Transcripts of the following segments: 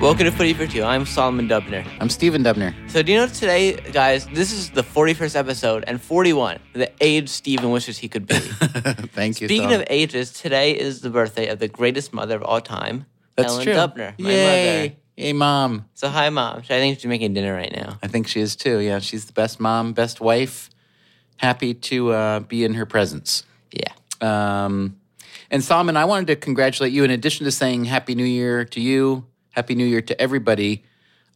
Welcome to Footy 52. I'm Solomon Dubner. I'm Steven Dubner. So, do you know today, guys, this is the 41st episode and 41, the age Steven wishes he could be. Thank you. Speaking Sol. of ages, today is the birthday of the greatest mother of all time, that's Ellen true. Dubner, my Yay. mother. Yay, mom. So, hi, Mom. She- I think she's making dinner right now. I think she is too. Yeah, she's the best mom, best wife. Happy to uh, be in her presence. Yeah. Um, and Solomon, I wanted to congratulate you. In addition to saying Happy New Year to you, Happy New Year to everybody,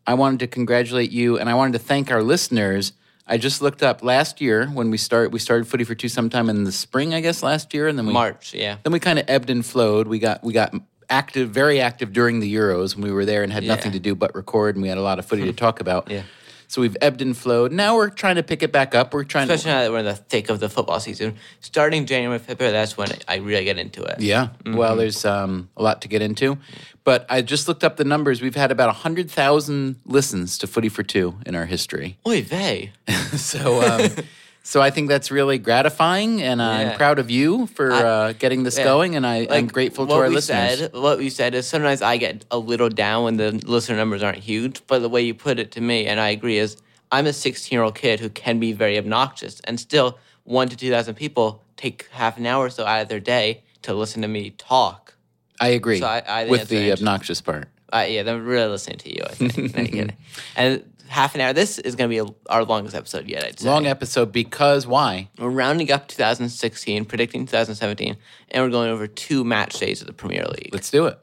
I wanted to congratulate you and I wanted to thank our listeners. I just looked up last year when we start we started Footy for Two sometime in the spring, I guess, last year, and then we March, yeah. then we kind of ebbed and flowed. We got we got active, very active during the Euros when we were there and had nothing to do but record, and we had a lot of footy to talk about. Hmm. Yeah. So we've ebbed and flowed. Now we're trying to pick it back up. We're trying Especially to. now that we're in the thick of the football season. Starting January, February, that's when I really get into it. Yeah. Mm-hmm. Well, there's um, a lot to get into, but I just looked up the numbers. We've had about hundred thousand listens to Footy for Two in our history. Oy vey. So. Um, So I think that's really gratifying, and Yeah. I'm proud of you for uh, getting this yeah. going. And I, I'm Like, grateful to what our we listeners. Said, what we said is sometimes I get a little down when the listener numbers aren't huge, but the way you put it to me, and I agree, is I'm a 16 year old kid who can be very obnoxious, and still one to 2,000 people take half an hour or so out of their day to listen to me talk. I agree So I- I think with that's very the obnoxious part. Uh, yeah, they're really listening to you, I think. No, you get it. and half an hour, this is going to be our longest episode yet, I'd say. Long episode because why? We're rounding up 2016, predicting 2017, and we're going over two match days of the Premier League. Let's do it.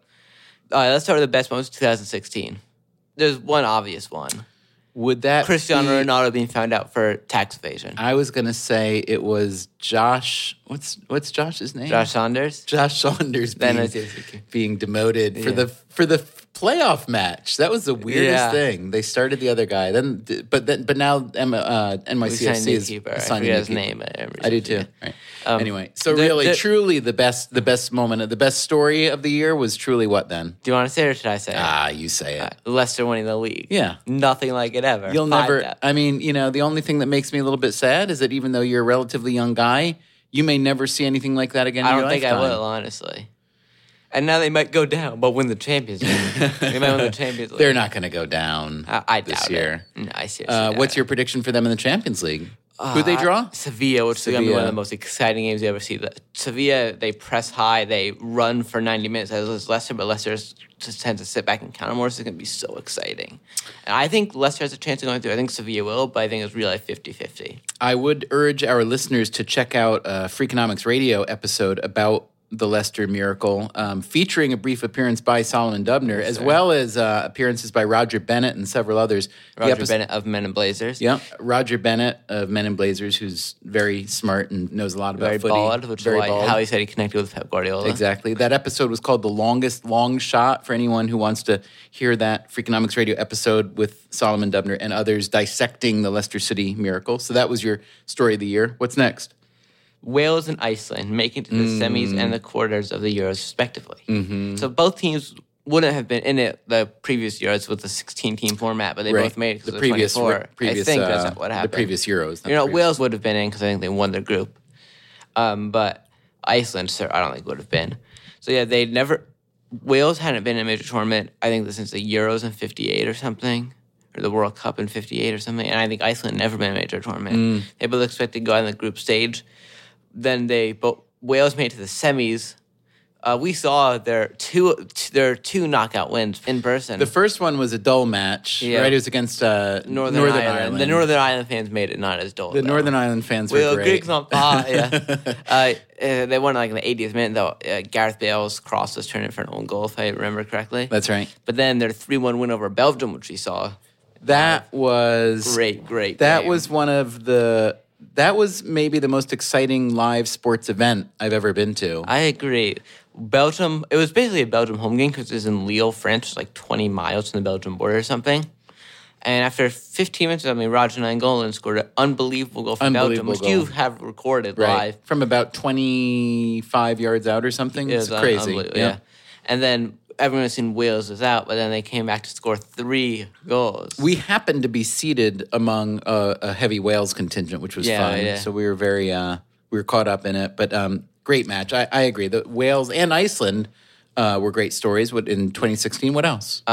All right, let's start with the best ones. 2016. There's one obvious one: Would that Cristiano be- Ronaldo being found out for tax evasion. I was gonna say it was Josh. What's what's Josh's name? Josh Saunders. Josh Saunders Then being, it's easy. being demoted for the for the playoff match. That was the weirdest Yeah. thing. They started the other guy, then but then but now M, uh, We signed NYCFC new is keeper. I signing forget new his keeper. name. I, remember I do his too. name. Right. anyway, so the- really, the- truly, the best the best moment, of the best story of the year was truly what then? Do you want to say it or should I say? it? Ah, you say Uh, it. Leicester winning the league. Yeah. Nothing like it ever. You'll Five never. depth. I mean, you know, the only thing that makes me a little bit sad is that even though you're a relatively young guy, you may never see anything like that again. I in don't your think I lifetime. will, honestly. And now they might go down, but win the Champions League. they might win the Champions League. They're not going to go down I, I this doubt year. it. No, I seriously. Uh, doubt what's it. Uh, your prediction for them in the Champions League? Who they draw? Sevilla, which is going to be Sevilla. one of the most exciting games you ever see. The- Sevilla, they press high, they run for 90 minutes as is Leicester, but Leicester just tends to sit back and counter more, so it's going to be so exciting. And I think Leicester has a chance of going through. I think Sevilla will, but I think it's really 50 50. I would urge our listeners to check out a Freakonomics Radio episode about the Leicester Miracle, um, featuring a brief appearance by Solomon Dubner, as well as uh, appearances by Roger Bennett and several others. The Roger episode- Bennett of Men and Blazers. Yeah, Roger Bennett of Men in Blazers, who's very smart and knows a lot about Very footy. bald, which Very is why, bald. how he said he connected with Pep Guardiola. exactly. That episode was called "The Longest Long Shot." For anyone who wants to hear that Freakonomics Radio episode with Solomon Dubner and others dissecting the Leicester City miracle. So that was your story of the year. What's next? Wales and Iceland making it to the semis and the Mm. quarters of the Euros, respectively. Mm-hmm. So both teams wouldn't have been in it the previous Euros with the 16 team format, but they both made it 'cause the of previous, 24. previous, I think uh, that's not what happened. The previous Euros. not you know, the previous- Wales would have been in because I think they won their group. Um, but Iceland, sir, I don't think would have been. So yeah, they never. Wales hadn't been in a major tournament. I think since the Euros in '58 or something, or the World Cup in '58 or something. And I think Iceland never been in a major tournament. Mm. They both expected to go on the group stage. Then they, but Wales made it to the semis. Uh, we saw their two their two knockout wins in person. The first one was a dull match, Yeah. right? It was against uh, Northern, Ireland. The Northern Ireland fans made it not as dull. The though. Northern Ireland fans Well, were great. Greeks on fire. Yeah. uh, uh, they won like in the 80th minute though. Uh, Gareth Bale's cross was turned in for an own goal, if I remember correctly. That's right. But then their three-one win over Belgium, which we saw, That was great, great. That game. was one of the. That was maybe the most exciting live sports event I've ever been to. I agree. Belgium. It was basically a Belgium home game because it was in Lille, France, which is like 20 miles from the Belgium border or something. And after 15 minutes, I mean, Roger Nangolan scored an unbelievable goal for Belgium, Unbelievable which you goal. have recorded live. From about 25 yards out or something. It It's was crazy. unbelievable, Yeah. And then everyone was seeing Wales was out, but then they came back to score three goals. We happened to be seated among a, a heavy Wales contingent, which was Yeah, fun. yeah. So we were very, uh, we were caught up in it. But um, great match. I, I agree. The Wales and Iceland uh, were great stories What in 2016. What else?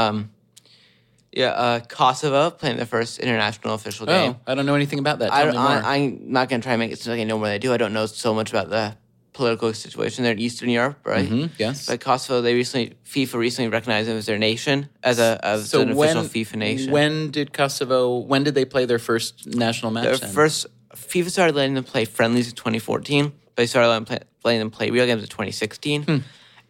Yeah, uh, Kosovo playing the first international official game. Oh, I don't know anything about that. I, Tell me more. I, I'm not going to try and make it seem like I know more than I do. I don't know so much about the political situation there in Eastern Europe, right? Mhm, yes. But Kosovo, they recently FIFA recently recognized them as their nation, as a as an official FIFA nation. When did Kosovo? When did they play their first national match? their then? first FIFA started letting them play friendlies in 2014. but They started letting, play, letting them play real games in 2016.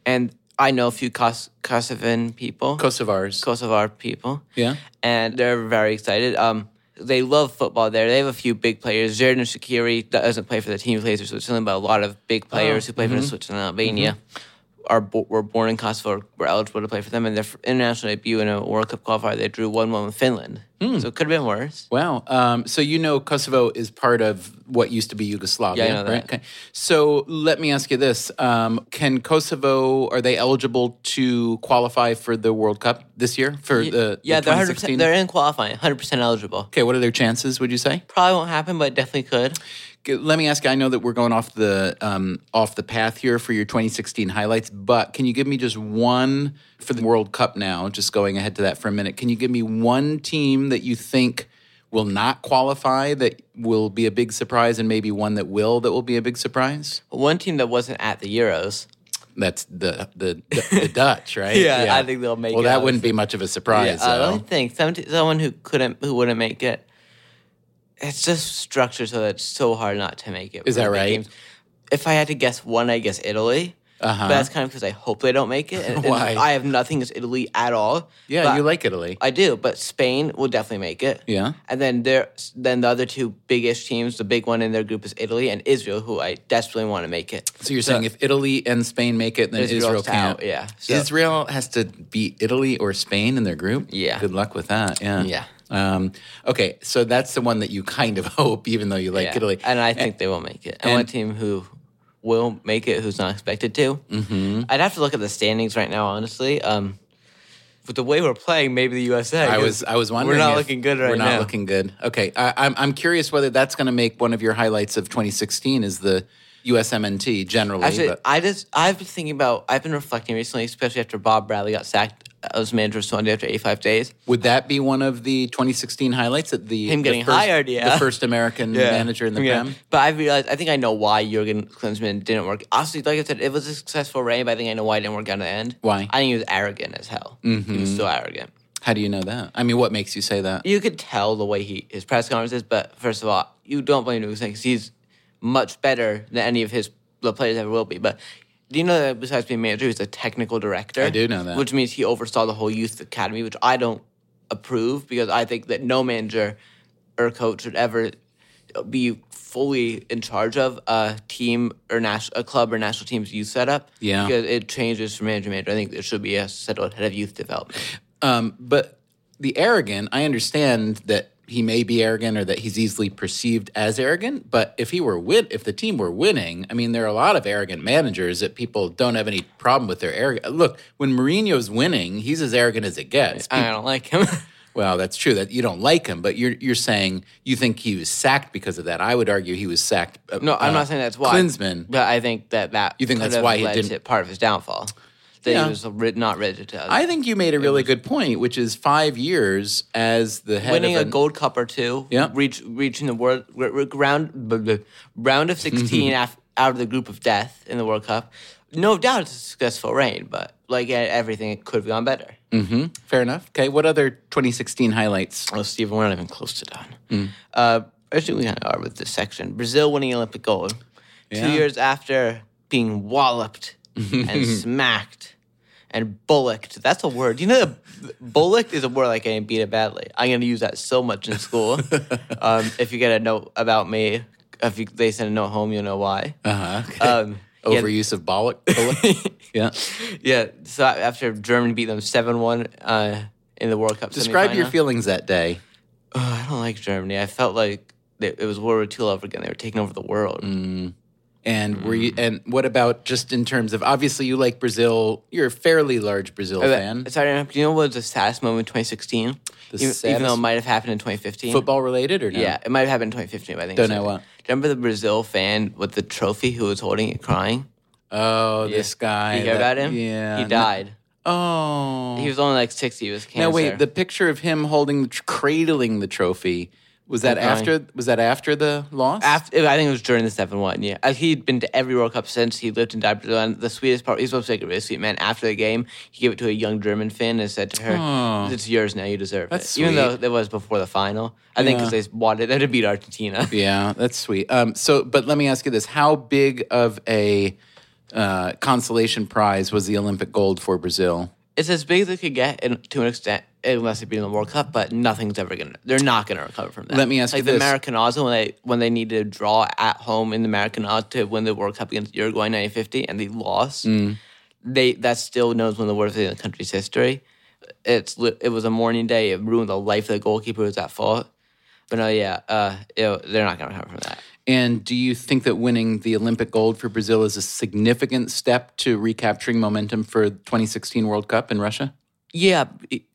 And I know a few Kos- Kosovan people, Kosovars. Kosovar people. yeah. and they're very excited. Um, they love football there. They have a few big players. Zerdan Shakiri that doesn't play for the team who plays for Switzerland, but a lot of big players who play for Switzerland and Albania are bo- were born in Kosovo, were eligible to play for them, and their f- international debut in a World Cup qualifier, they drew one one with Finland. So it could have been worse. Wow. Um, so you know Kosovo is part of what used to be Yugoslavia, Yeah, I know that. right? Okay. So let me ask you this: um, Can Kosovo are they eligible to qualify for the World Cup this year for uh, the yeah, the they're 100%, 2016? they're in qualifying, hundred percent eligible. okay. What are their chances? Would you say? Probably won't happen, but it definitely could. Okay, Let me ask you. I know that we're going off the um, off the path here for your 2016 highlights, but can you give me just one for the World Cup now? Just going ahead to that for a minute. Can you give me one team that you think will not qualify that will be a big surprise, and maybe one that will that will be a big surprise? One team that wasn't at the Euros, That's the the, the, the Dutch, right? Yeah, I think they'll make Well, it, that wouldn't be much of a surprise. I though. don't Uh, think some someone who couldn't who wouldn't make it. It's just structured so that it's so hard not to make it. Is that for the big right? If I had to guess one, I guess Italy. Uh-huh. But that's kind of because I hope they don't make it. And, and Why? I have nothing against Italy at all. yeah, but you like Italy. I do, but Spain will definitely make it. yeah. And then there, then the other two biggest teams, the big one in their group is Italy and Israel, who I desperately want to make it. So you're saying if Italy and Spain make it, then Israel's Israel can't. out, yeah. So- Israel has to beat Italy or Spain in their group. Yeah. Good luck with that. Yeah. Yeah. Um, okay, so that's the one that you kind of hope, even though you like Yeah. Italy. And I think they will make it. And, one team who will make it who's not expected to. Mm-hmm. I'd have to look at the standings right now, honestly. Um, but the way we're playing, maybe the USA. I 'cause was I was wondering. We're not if- looking good right We're not now. looking good. Okay, I, I'm I'm curious whether that's going to make one of your highlights of 2016 is the USMNT generally. Actually, but- I just I've been thinking about. I've been reflecting recently, especially after Bob Bradley got sacked as manager of Sunday after 85 days. would that be one of the 2016 highlights at the Him the getting first- hired, yeah. the first American manager in the Yeah. Prem? But I realized I think I know why Jurgen Klinsmann didn't work. Honestly, like I said, it was a successful reign, but I think I know why it didn't work out in the end. Why? Mm-hmm. I think he was arrogant as hell. He was so arrogant. How do you know that? I mean, what makes you say that? you could tell the way he his press conferences. But first of all, you don't blame Nugent because he's much better than any of his the players ever will be. But do you know that besides being manager, he's a technical director? I do know that. which means he oversaw the whole youth academy, which I don't approve because I think that no manager or coach should ever be fully in charge of a team or national a club or national team's youth setup. Yeah. because it changes from manager to manager. I think there should be a settled head of youth development. Um, but the arrogant, I understand that he may be arrogant or that he's easily perceived as arrogant. But if he were win, if the team were winning, I mean, there are a lot of arrogant managers that people don't have any problem with their arrogance. Look, when Mourinho's winning, he's as arrogant as it gets. I don't like him. Well, that's true that you don't like him, but you're you're saying you think he was sacked because of that. I would argue he was sacked. uh, No, I'm uh, not saying that's why. Klinsmann. but I think that that you think that's why he didn't- to part of his downfall. That Yeah. he was ri- not ready to I think you made a really good point, which is five years as the head winning of a an- gold cup or two. Yeah. reach, reaching the world r- r- round blah, blah, round of Mm-hmm. sixteen af, out of the group of death in the World Cup. No doubt, it's a successful reign, but like e- everything, it could have gone better. Fair enough. Okay, what other 2016 highlights? Well, Stephen, we're not even close to done. Mm. Uh, actually, we kind of are with this section. Brazil winning Olympic gold Yeah. two years after being walloped and smacked and bullocked. That's a word. You know, the- bullocked is a word like I beat it badly. I'm going to use that so much in school. um, if you get a note about me, if you, they send a note home, you'll know why. Uh-huh. Okay. Um, yeah, Overuse of bollock. bullock? yeah. yeah. So after Germany beat them seven one uh, in the World Cup. Describe your semifinal. feelings that day. Oh, I don't like Germany. I felt like it it was World War II all over again. They were taking over the world. Mm, And were you? And what about just in terms of obviously you like Brazil? You're a fairly large Brazil fan. Sorry, I don't- do you know what was the saddest moment in 2016? even, The even though it saddest- might have happened in 2015. Football related or no? Yeah, it might have happened in 2015, but I think Don't so. know what. Remember the Brazil fan with the trophy who was holding it crying? Oh, this guy. You hear that- about him? Yeah. He no- died. Oh. He was only like 60 with cancer. now wait, the picture of him holding, the tr- cradling the trophy was that Okay. after? Was that after the loss? After, I think it was during the seven one. Yeah, Uh, he'd been to every World Cup since. He lived in Brazil. And the sweetest part, he was supposed to take it really sweet man. After the game, he gave it to a young German fan and said to her, Oh. "It's yours now. You deserve That's it." Even though sweet. it was before the final, I think 'cause Yeah. think because they wanted them to beat Argentina. Yeah, that's sweet. Um, so, but let me ask you this: How big of a uh, consolation prize was the Olympic gold for Brazil? It's as big as it could get, and to an extent, unless they beat in the World Cup. But nothing's ever gonna. They're not gonna recover from that. Let me ask like you the this. Americanazzo when they when they needed to draw at home in the Americanazzo to win the World Cup against Uruguay in 1950, and they lost. Mm. They that still knows one of the worst things in the country's history. It's li- it was a morning day. It ruined the life of the goalkeeper who was at fault. But no, yeah, uh, it, they're not gonna recover from that. And do you think that winning the Olympic gold for Brazil is a significant step to recapturing momentum for 2016 World Cup in Russia? Yeah,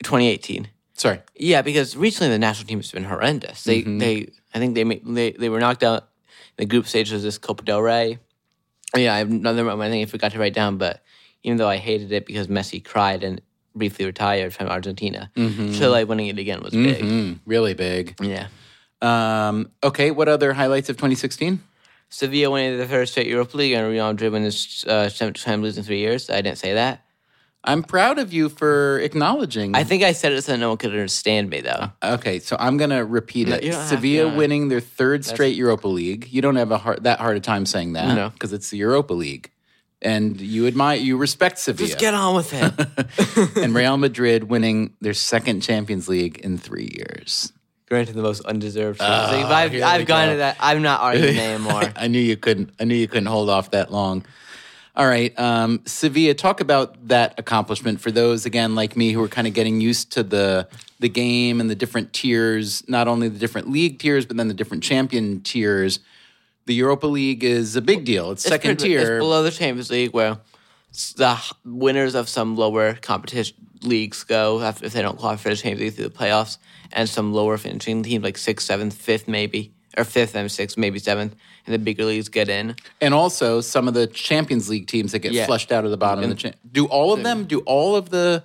2018. Sorry. Yeah, because recently the national team has been horrendous. They they I think they ma- they they were knocked out in the group stage of this Copa del Rey. Yeah, I have another one I think I forgot to write down, but even though I hated it because Messi cried and briefly retired from Argentina, Chile winning it again was Mm, really big. big. Yeah. Um, okay, what other highlights of 2016? Sevilla winning the first straight Europa League and Real Madrid winning this uh, seventh time losing three years. I didn't say that. I'm proud of you for acknowledging. I think I said it so no one could understand me though. okay, so I'm gonna repeat it. you don't have Sevilla to. winning their third straight Europa League. You don't have a hard, that hard a time saying that No. because it's the Europa League, and you admire, you respect Sevilla. Just get on with it. and Real Madrid winning their second Champions League in three years. Granted, the most undeserved. Ah, thing. But I've, here we I've gone go. to that. I'm not arguing anymore. I knew you couldn't. I knew you couldn't hold off that long. All right, um, Sevilla, talk about that accomplishment for those again like me who are kind of getting used to the the game and the different tiers, not only the different league tiers, but then the different champion tiers. The Europa League is a big deal. It's, second pretty- tier. It's below the Champions League, where s- the h- winners of some lower competition leagues go after, if they don't qualify for the Champions League through the playoffs, and some lower finishing teams like sixth, seventh, fifth, maybe or fifth and sixth, maybe seventh, and the bigger leagues get in. And also some of the Champions League teams that get Yeah. flushed out of the bottom of the cha- Do all of them? Do all of the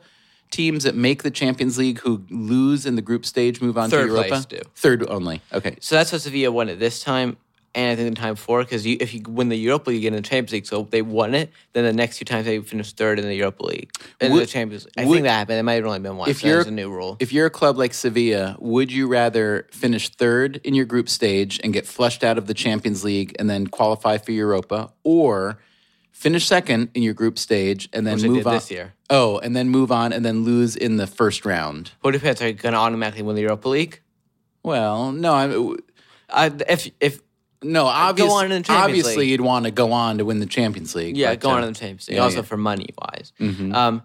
teams that make the Champions League who lose in the group stage move on Third to Europa? place do. Third only. Okay. So that's what Sevilla won it this time. And I think the time before, because you, if you win the Europa League, you get in the Champions League. So if they won it. Then the next two times they finished third in the Europa League. In Would- the Champions League. I would- think that happened. It might have only been once. If so that you're was a new rule. If you're a club like Sevilla, would you rather finish third in your group stage and get flushed out of the Champions League and then qualify for Europa, or finish second in your group stage and then they move did on this year. Oh, and then move on and then lose in the first round? What if Pants are going to automatically win the Europa League? Well, no, I'm. Uh, if if No, obviously, on in the Champions obviously League. you'd want to go on to win the Champions League. Yeah, but, going uh, to the Champions League. yeah, also yeah. Mm-hmm. for money wise. Um,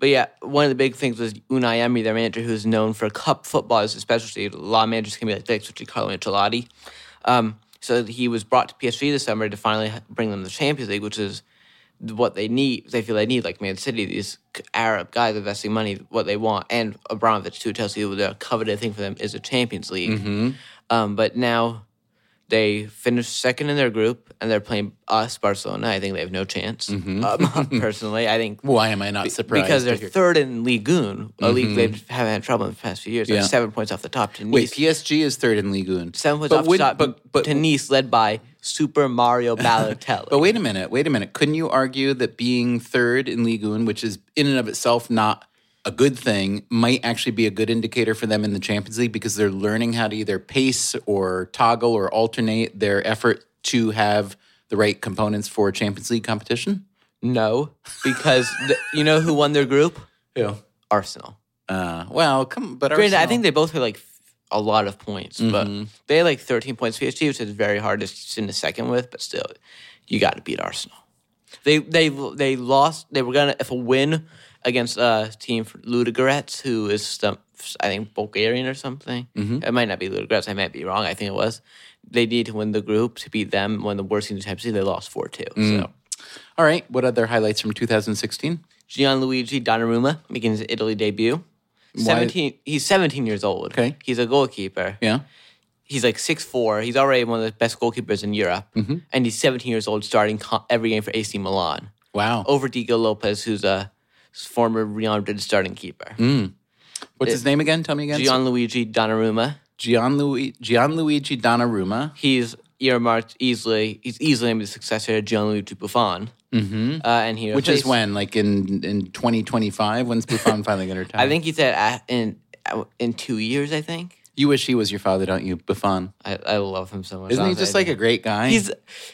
but yeah, one of the big things was Unai Emery, their manager, who's known for cup football as a specialty. A lot of managers can be like this, which is Carlo Ancelotti. Um, so he was brought to PSG this summer to finally h- bring them the Champions League, which is what they need. They feel they need, like Man City, these c- Arab guys investing money, what they want, and Abramovich too. Chelsea, the coveted thing for them is the Champions League. Mm-hmm. Um, but now they finished second in their group and they're playing us barcelona i think they have no chance um, personally i think Why am Mm-hmm. I not surprised? because to they're hear- Mm-hmm. third in Ligue 1, a league they haven't had trouble in the past few years. They're Yeah. seven points off the top to Nice. wait, PSG is third in Ligue 1. seven points but off would- the top But, but, to Nice, led by Super Mario Balotelli. but wait a minute, wait a minute. Couldn't you argue that being third in Ligue 1, which is in and of itself not a good thing, might actually be a good indicator for them in the Champions League because they're learning how to either pace or toggle or alternate their effort to have the right components for Champions League competition? no, because th- you know who won their group? Yeah. Arsenal. Uh, well, come, but Granted, I Arsenal- think they both had like f- a lot of points, but they had like 13 points PSG, which is very hard to send a second with. But still, you got to beat Arsenal. They they they lost. They were gonna if a win against a team for Ludogorets, who is some, I think Bulgarian or something. It might not be Ludogorets. I might be wrong. I think it was. They need to win the group to beat them. When the worst team in the Champions League, they lost four two. So All right. What other highlights from 2016? Gianluigi Donnarumma making his Italy debut. Seventeen. He's seventeen years old. Okay. He's a goalkeeper. Yeah. he's like six four. He's already one of the best goalkeepers in Europe, Mm-hmm. and he's 17 years old, starting co- every game for AC Milan Wow. over Diego Lopez, who's a former Real Madrid starting keeper. Mm-hmm. What's his name again? Tell me again. Gianluigi Donnarumma. Gianlui- Gianluigi Donnarumma. He's earmarked easily. He's easily the successor to Gianluigi Buffon. Mm-hmm. Uh, and he Which is replaced- when, like in in 2025, when's Buffon finally going to retire? I think he said uh, in uh, in two years. I think you wish he was your father, don't you, Buffon? I, I love him so much. Isn't he honestly, just I like do. a great guy? He's,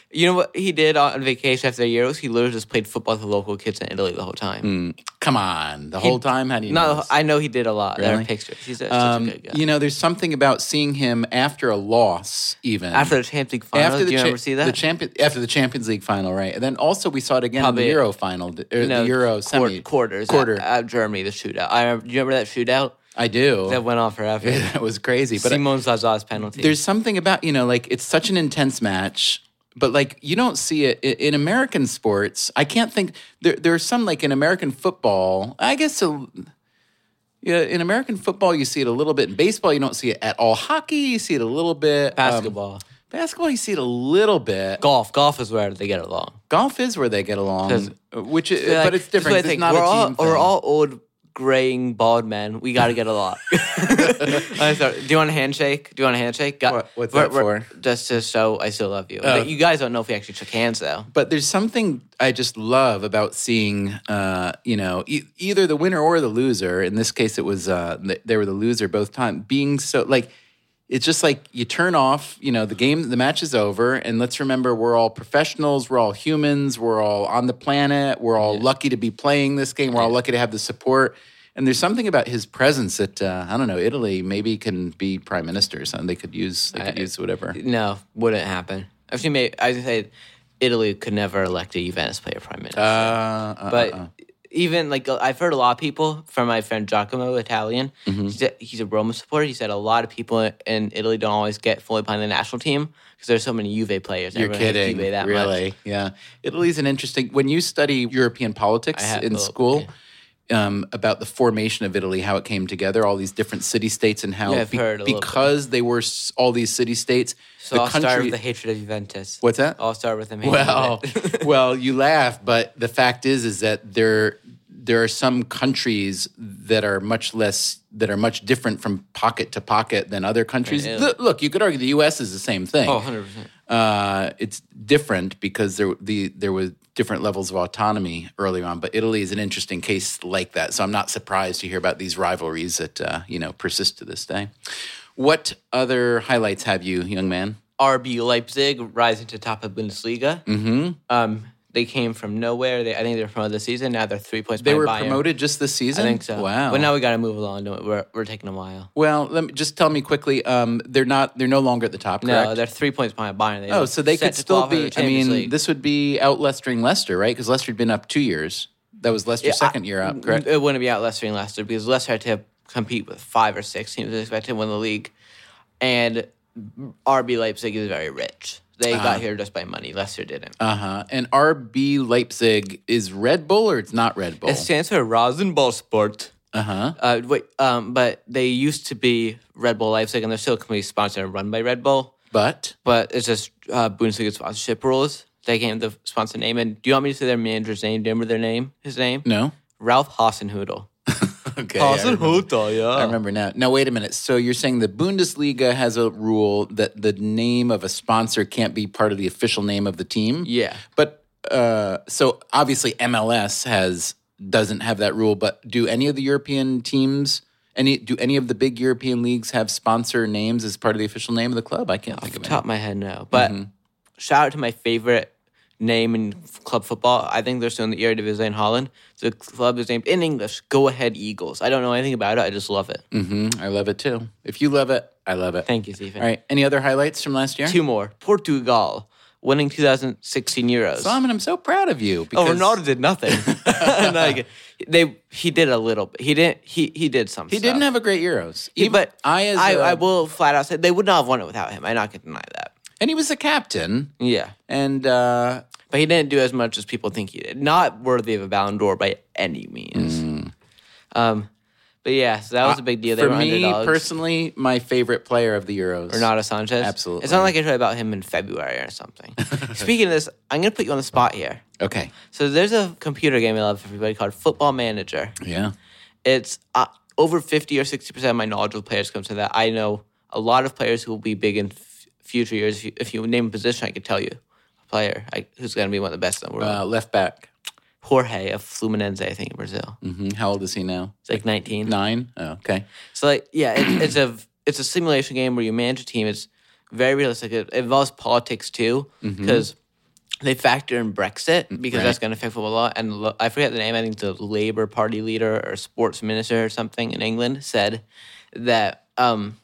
you know what he did on vacation after the Euros? He literally just played football with the local kids in Italy the whole time. Mm. come on the whole time. How do you know? No, this? I know he did a lot. There Really? are pictures. He's a, Um, such a good guy. you know, there's something about seeing him after a loss, even after the Champions League final, do you cha- ever see that? The champion after the Champions League final, right? And then also we saw it again in Probably- the Euro final, d- or No, the quar- Euro semi quarters, quarter. At, at Germany, the shootout. I remember, do you remember that shootout I do. that That, went on forever? was crazy, but I- Simon Zaza's penalty. there's something about you know, like it's such an intense match. But like you don't see it i- in American sports. I can't think there. There's some like in American football. I guess a, yeah, in American football you see it a little bit. In baseball you don't see it at all. Hockey you see it a little bit. Um, basketball, basketball you see it a little bit. golf. Golf is where they get along. Golf is where they get along, 'Cause- which is, They're but like- it's that's what I different. 'cause It's think. not we're a all team we're thing. all old, graying, bald men. We got to get along. I'm sorry. Do you want a handshake? Do you want a handshake? Got- What- what's we're- that we're- for? Just to show I still love you. Oh. you guys don't know if we actually shook hands though. But there's something I just love about seeing, uh, you know, e- either the winner or the loser. In this case, it was uh, th- they were the loser both time. Being so like, it's just like you turn off, you know, the game, the match is over, and let's remember we're all professionals, we're all humans, we're all on the planet, we're all lucky to be playing this game, we're all lucky to have the support. And there's something about his presence that uh, I don't know. Italy maybe can be prime minister or something. They could use they could use whatever. No, wouldn't happen. Actually, maybe, I was gonna say Italy could never elect a Juventus player prime minister. Uh, uh, but even like uh, I've heard a lot of people from my friend Giacomo, Italian. Mm-hmm. He's, a, he's a Roma supporter. He said a lot of people in Italy don't always get fully behind the national team because there's so many Juve players. You're Everyone hates kidding. Juve that really? much. Yeah. Italy's an interesting. When you study European politics I have- in oh, school, um, about the formation of Italy, how it came together, all these different city states, and how Yeah, I've heard a little bit. because they were s- all these city states, So I'll start with the hatred of Juventus. what's that? I'll start with him. hating Well, Juventus. well, you laugh, but the fact is, is that there there are some countries that are much less that are much different from pocket to pocket than other countries. Right, yeah. Look, look, you could argue the U.S. is the same thing. Oh, 100%. Uh, it's different because there the there was different levels of autonomy earlier on, but Italy is an interesting case like that. So I'm not surprised to hear about these rivalries that uh, you know persist to this day. What other highlights have you, young man? RB Leipzig rising to top of Bundesliga. Mm-hmm. Um, they came from nowhere. They, I think they were promoted this season. Now they're three points They were behind Bayern. promoted just this season. I think so. Wow. But now we got to move along. Don't we? We're, we're taking a while. well, let me just tell me quickly. Um, they're not. They're no longer at the top. No, Correct. Uh, they're three points behind Bayern. They oh, were so they set could to still qualify for be. the I Champions mean, League. this would be outlestering Leicester, right? Because Leicester had been up two years. That was Leicester's I- second year up, correct? It wouldn't be out Leicester and Leicester because Leicester had to compete with five or six teams that expected to win the league, and RB Leipzig is very rich. They Ah. got here just by money. Leicester didn't. Uh huh. And RB Leipzig is Red Bull or it's not Red Bull? It stands for Rosenball Sport. Uh-huh. Uh, wait, um, but they used to be Red Bull Leipzig, and they're still completely sponsored and run by Red Bull. But But it's just uh, Bundesliga sponsorship rules. They gave the sponsor name. And do you want me to say their manager's name? Do you remember their name? His name? no. Ralph Hasenhudel. Okay. I remember, Hasenhudel, yeah. I remember now. Now wait a minute. So you're saying the Bundesliga has a rule that the name of a sponsor can't be part of the official name of the team? Yeah. But uh so obviously MLS has doesn't have that rule, but do any of the European teams any do any of the big European leagues have sponsor names as part of the official name of the club? I can't think of any. Top of my head, no. But Mm-hmm. shout out to my favorite name in f- club football. I think they're still in the Eredivisie in Holland. The club is named in English Go Ahead Eagles. I don't know anything about it. I just love it. hmm I love it too. If you love it, I love it. Thank you, Stephen. All right. Any other highlights from last year? Two more. Portugal winning 2016 Euros. Simon, I'm so proud of you. Oh, Because Ronaldo did nothing. Like, they he did a little bit. He didn't. He he did some. He didn't have a great Euros. Even- but I, as I a- I will flat out say they would not have won it without him. I'm not gonna deny that. and he was the captain. Yeah, And uh, but he didn't do as much as people think he did. Not worthy of a Ballon d'Or by any means. Um, but But yeah, so that was a big deal. They Mm. Uh, For were me underdogs. personally, my favorite player of the Euros. Renato Sanchez. Absolutely. It's not like I told you about him in February or something. Speaking of this, I'm going to put you on the spot here. Okay. So there's a computer game I love for everybody called Football Manager. Yeah. It's uh, over 50 or 60% of my knowledge of players comes from that. I know a lot of players who will be big in f- future years. If you, if you name a position, I could tell you a player I, who's going to be one of the best in the world. Uh, left back. Jorge of Fluminense, I think, in Brazil. hmm How old is he now? It's like 19. Nine. Oh, okay. So like, yeah, it, it's a it's a simulation game where you manage a team. It's very realistic. It involves politics too, Mm-hmm. because they factor in Brexit Mm, because that's going to affect football a lot. And lo- I forget the name. I think the Labour Party leader or sports minister or something in England said that um,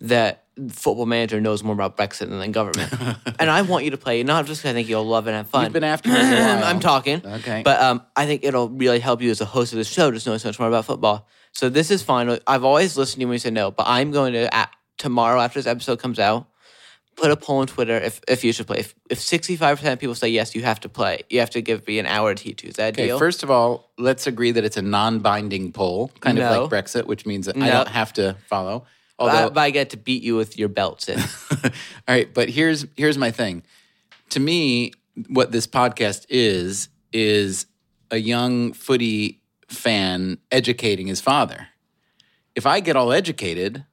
that football manager knows more about Brexit than the government. and I want you to play not just 'cause I think you'll love it and have fun. You've been after him. a while. I'm talking. Okay. But um, I think it'll really help you as a host of the show just knowing so much more about football. So this is fine. I've always listened to you when you said no, but I'm going to at, tomorrow after this episode comes out, put a poll on Twitter if, if you should play. If, if 65% of people say yes, you have to play. You have to give me an hour to teach you. Is that a Okay, deal? first of all, let's agree that it's a non-binding poll, kind No. of like Brexit, which means that I No. don't have to follow. Although, I, but I get to beat you with your belts in. all right, but here's here's my thing. To me, what this podcast is is a young footy fan educating his father. If I get all educated,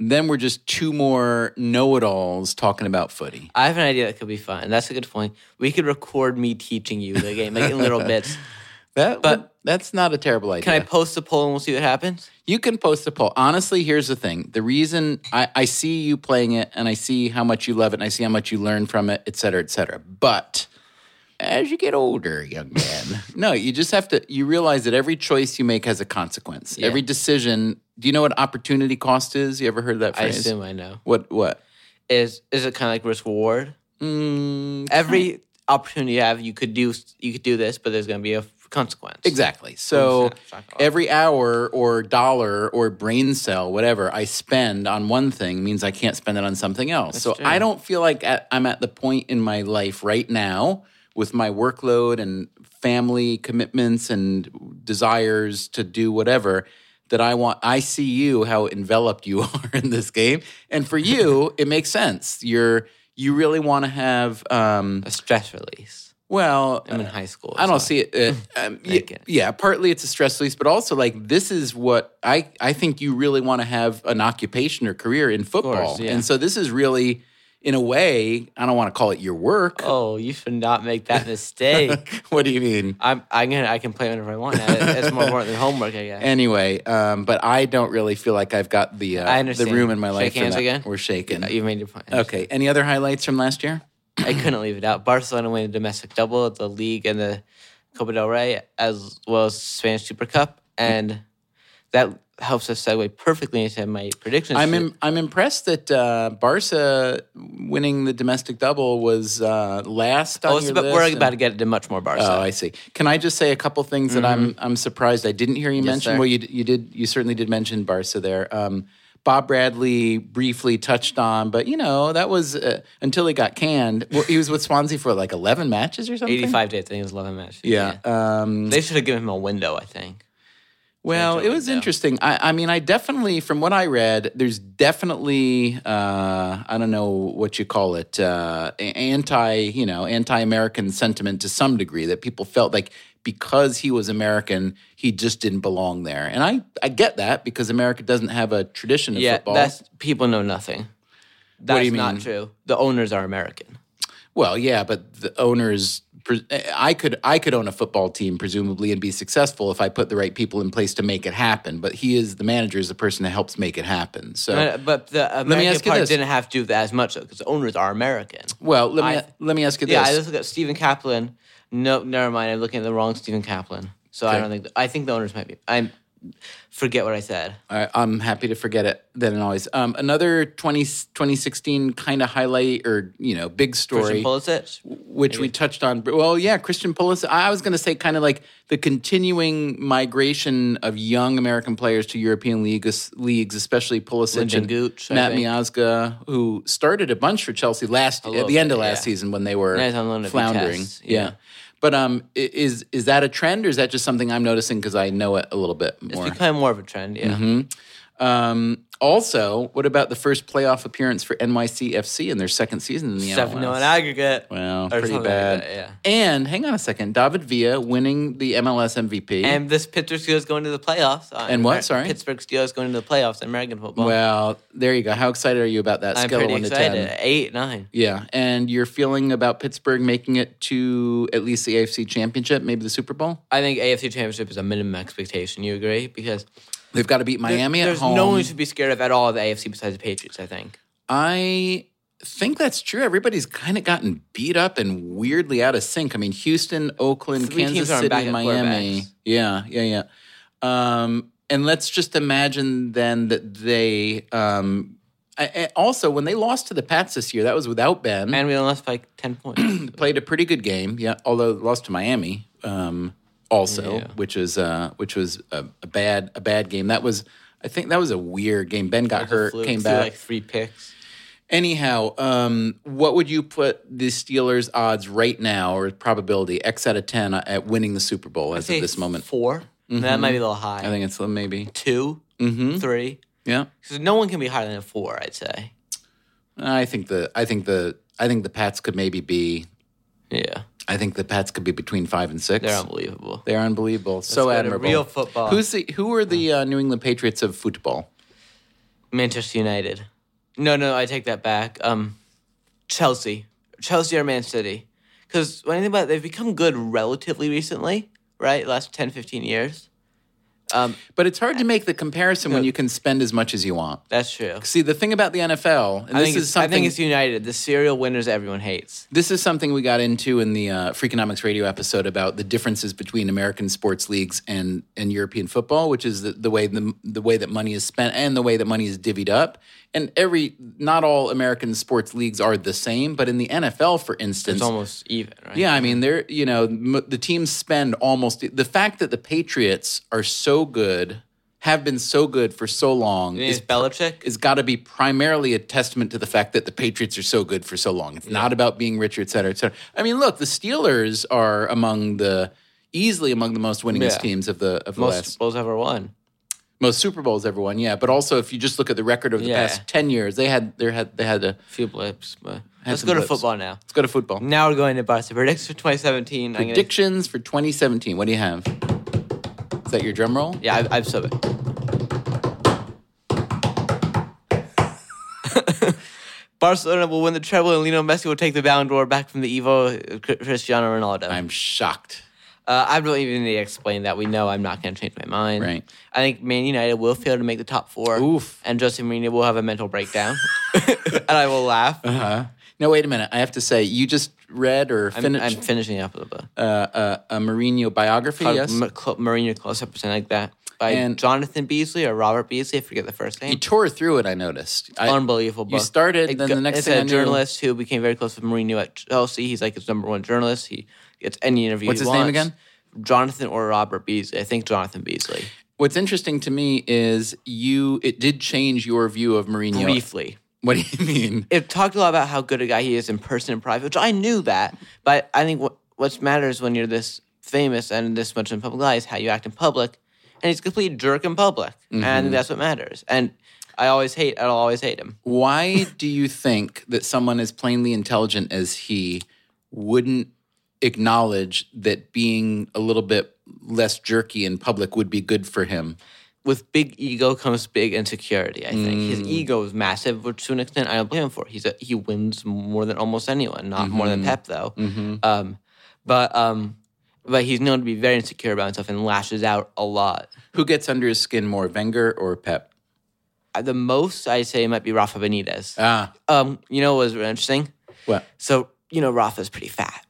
then we're just two more know-it-alls talking about footy. I have an idea that could be fun. That's a good point. We could record me teaching you the game, like in little bits. That, But- but that's not a terrible idea. Can I post a poll and we'll see what happens? You can post a poll. Honestly, here's the thing. The reason I, I see you playing it and I see how much you love it and I see how much you learn from it, et cetera, et cetera. But as you get older, young man, no, you just have to, you realize that every choice you make has a consequence. Yeah. Every decision, do you know what opportunity cost is? You ever heard that I phrase? assume I know. What, what? Is is it kind of like risk reward? Mm, every opportunity you have, you could do you could do this, but there's going to be a consequence. Exactly. So Exact- exactly. every hour or dollar or brain cell, whatever I spend on one thing means I can't spend it on something else. so true. I don't feel like at, I'm at the point in my life right now with my workload and family commitments and desires to do whatever that I want. I see you how enveloped you are in this game, and for you, it makes sense. You're you really want to have um, A stress release. well. I'm in high school. Uh, I don't so- see it. Uh, um, y- Make it. yeah, partly it's a stress release, but also like this is what I I think you really want to have an occupation or career in football, yeah. and so this is really, in a way, I don't want to call it your work. Oh, you should not make that mistake. what do you mean? I'm I'm gonna I can play whenever I want. now. It's more important than homework, I guess. Anyway, um, but I don't really feel like I've got the I uh, the understand. room in my Shake life. for hands that. again? We're shaking. you made your point. okay. Any other highlights from last year? I couldn't leave it out. Barcelona win the domestic double, the league, and the Copa del Rey, as well as Spanish Super Cup, and that helps us segue perfectly into my predictions. I'm for- im- I'm impressed that uh, Barca winning the domestic double was uh, last. Oh, on it's your about, list we're and- about to get into much more Barca. Oh, I see. Can I just say a couple things that I'm I'm surprised I didn't hear you mention? sir. Well, you d- you did you certainly did mention Barca there. Um, Bob Bradley briefly touched on, but you know that was uh, until he got canned. Well, he was with Swansea for like eleven matches or something. 85 days. I think it was 11 matches. Yeah. Um, They should have given him a window, I think. well, it Central was window. interesting. I, I mean, I definitely, from what I read, there's definitely, uh, I don't know what you call it, uh, a- anti, you know, anti-American sentiment to some degree that people felt like because he was American, he just didn't belong there. And I, I get that because America doesn't have a tradition of Yeah, football. that's people know nothing. That's you not mean? true. The owners are American. Well, yeah, but the owners, pre- I could I could own a football team presumably and be successful if I put the right people in place to make it happen. But he is the manager, is the person that helps make it happen. So, Uh, But the American ask you part this. didn't have to do that as much because the owners are American. well, let me I- let me ask you this. Yeah, I just look at Stephen Kaplan. No, never mind. I'm looking at the wrong Stephen Kaplan. So I Okay. don't think I think the owners might be. I forget what I said. I, I'm happy to forget it then and always. Um, another 20, 2016 kind of highlight or you know big Christian story, Pulisic. which we touched on. Well, yeah, Christian Pulisic. I was going to say kind of like the continuing migration of young American players to European leagues, leagues especially Pulisic Lyndon Gooch, I Matt think. Miazga, who started a bunch for Chelsea last at little the end bit, of last yeah. season when they were Now he's on loan at floundering. Vitesse, Yeah. yeah. But um, i- is is that a trend, or is that just something I'm noticing because I know it a little bit more? It's become more of a trend, yeah. Mm-hmm. um, also, what about the first playoff appearance for NYCFC in their second season in the Seven MLS? no in aggregate. Well, or pretty something like bad. that, yeah. And hang on a second, David Villa winning the MLS MVP. And this Pittsburgh Steelers going to the playoffs. on- And what? Sorry? Pittsburgh Steelers going to the playoffs in American football. well, there you go. How excited are you about that? I'm Scale of pretty one to excited. ten. Eight, nine. Yeah, and your feeling about Pittsburgh making it to at least the AFC Championship, maybe the Super Bowl? I think AFC Championship is a minimum expectation. You agree? Because They've got to beat there- Miami there's at home. no one to be scared of at all of the AFC besides the Patriots. I think. I think that's true. Everybody's kind of gotten beat up and weirdly out of sync. I mean, Houston, Oakland, Three Kansas teams aren't City, back at Miami. quarterbacks. Yeah, yeah, yeah. Um, and let's just imagine then that they. Um, I, I- also, when they lost to the Pats this year, that was without Ben. And we only lost by like ten points. played a pretty good game. Yeah, although lost to Miami. Um, also, Yeah. which is uh, which was a, a bad a bad game. That was. I think that was a weird game. Ben got hurt, Fluke came threw, back. like three picks. Anyhow, um, what would you put the Steelers' odds right now, or probability, X out of ten, uh, at winning the Super Bowl as of Say this moment? Mm-hmm. 4 That might be a little high. I think it's uh, maybe. 2 Mm-hmm. three. Yeah, Because no one can be higher than a four. I'd say. I think the I think the I think the Pats could maybe be. Yeah, I think the Pats could be between five and 6 they're unbelievable. They're unbelievable. so go to admirable. real football. Who's the Who are the uh, New England Patriots of football? Manchester United. No, no, I take that back. Um, Chelsea, Chelsea or Man City. Because when I think about it, they've become good relatively recently, right? Last 10, 15 years. Um, But it's hard to make the comparison when you can spend as much as you want. that's true. See, the thing about the NFL, and I this think, is it's, I something think it's United, the serial winners everyone hates. This is something we got into in the uh, Freakonomics Radio episode about the differences between American sports leagues and, and European football, which is the, the way the, the way that money is spent and the way that money is divvied up. And every not all American sports leagues are the same, but in the NFL, for instance, It's almost even, right? yeah, I mean, they're you know m- the teams spend almost the fact that the Patriots are so good, have been so good for so long, Is is Belichick? has got to be primarily a testament to the fact that the Patriots are so good for so long. It's not about being richer, et cetera, et cetera. I mean, look, the Steelers are among the easily among the most winningest Yeah. teams of the of the Most last Super Bowls ever won. most Super Bowls ever won. Yeah, but also if you just look at the record over the Yeah. past ten years, they had they had they had a few blips. But let's some go to blips. football now. let's go to football Now we're going to Barca predicts for 2017. I'm gonna- predictions for 2017. What do you have? Is that your drum roll? yeah, I've, I've sub it. Barcelona will win the treble, and Lionel Messi will take the Ballon d'Or back from the evil Cri- Cristiano Ronaldo. I'm shocked. uh, I don't even need to explain that. We know I'm not going to change my mind. Right. I think Man United will fail to make the top four. Oof. And Justin Mourinho will have a mental breakdown, and I will laugh. Uh-huh. No, wait a minute. I have to say, you just read or I'm, finished I'm finishing up with a uh, uh, a Mourinho biography. Yes. yes. M- cl- Mourinho close up or something like that by And- Jonathan Beasley or Robert Beasley. I forget the first You name. tore through it. I noticed. I, Unbelievable. you started, It then go- the next it's thing I a knew- journalist who became very close with Mourinho at Chelsea. He's like his number one journalist. He gets any interview. What's he his name wants. again? Jonathan or Robert Beasley. I think Jonathan Beasley. What's interesting to me is you. It did change your view of Mourinho. Briefly. What do you mean? It talked a lot about how good a guy he is in person and private, which I knew that. But I think what what matters when you're this famous and this much in public eye is how you act in public. And he's a complete jerk in public. And Mm-hmm. I think that's what matters. And I always hate I'll always hate him. Why do you think that someone as plainly intelligent as he wouldn't acknowledge that being a little bit less jerky in public would be good for him? with big ego comes big insecurity. I think his ego is massive, which to an extent I don't blame him for. He's a, he wins more than almost anyone, not more than Pep though. Um, but um, but he's known to be very insecure about himself and lashes out a lot. Who gets under his skin more, Wenger or Pep? Uh, The most I say might be Rafa Benitez. Ah, Um, you know what was really interesting? what? So you know Rafa's pretty fat,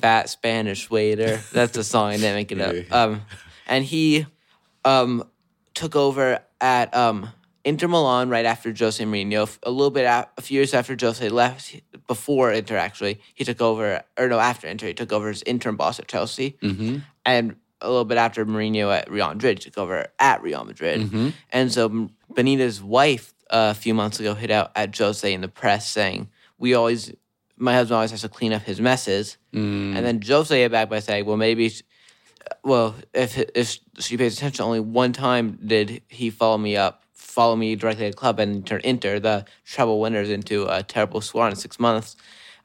fat Spanish waiter. That's the song. I didn't make it up. Um, and he um, took over at um, Inter Milan right after Jose Mourinho. F- A little bit, a, a few years after Jose left, he- before Inter actually, he took over. Or no, after Inter, he took over as interim boss at Chelsea, Mm-hmm, and a little bit after Mourinho at Real Madrid, he took over at Real Madrid. Mm-hmm. And so M- Benita's wife uh, a few months ago hit out at Jose in the press saying, "We always." my husband always has to clean up his messes. mm-hmm. And then Joe say it back by saying, well, maybe, sh- well, if, if she pays attention, only one time did he follow me up, follow me directly to the club and turn Inter, the treble winners, into a terrible swan in six months.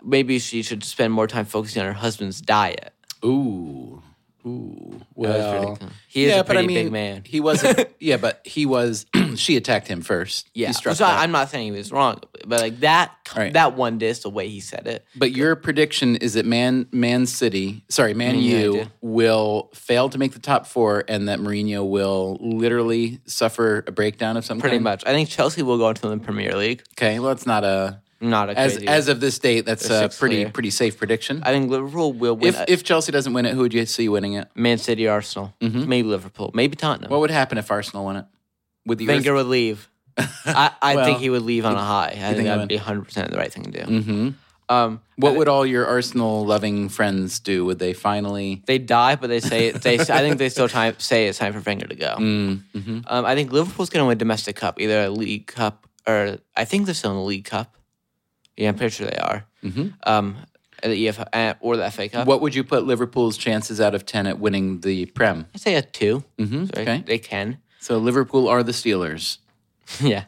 Maybe she should spend more time focusing on her husband's diet. Ooh, ooh. was pretty Well, cool. He is a pretty big man. He was. A, yeah, but he was. she attacked him first. Yeah, He struck so back. I, am not saying he was wrong, but like that, Right. that one diss, the way he said it, But your prediction is that Man Man City, sorry, Man U United. will fail to make the top four, and that Mourinho will literally suffer a breakdown of some pretty kind. much. I think Chelsea will go into the Premier League. Okay, well, it's not a Not a as crazy. as of this date. That's They're a sixth pretty clear. pretty safe prediction. I think Liverpool will win. If if Chelsea doesn't win it, who would you see winning it? Man City, Arsenal, Mm-hmm. maybe Liverpool, maybe Tottenham. What would happen if Arsenal won it? Would the Wenger would leave. I, I Well, think he would leave on a high. I think he that would? would be 100% the right thing to do. hmm Um, What would all your Arsenal loving friends do? Would they finally? they die, but they say they. I think they still time, say it's time for Wenger to go. Mm-hmm. Um, I think Liverpool's going to win domestic cup, either a League Cup or I think they're still in the League Cup. Yeah, I'm pretty sure they are. Mhm. Um, at the EF uh, or the FA Cup. What would you put Liverpool's chances out of ten at winning the Prem? I say a two. Mm-hmm. So Okay, They can. so Liverpool are the Steelers. yeah.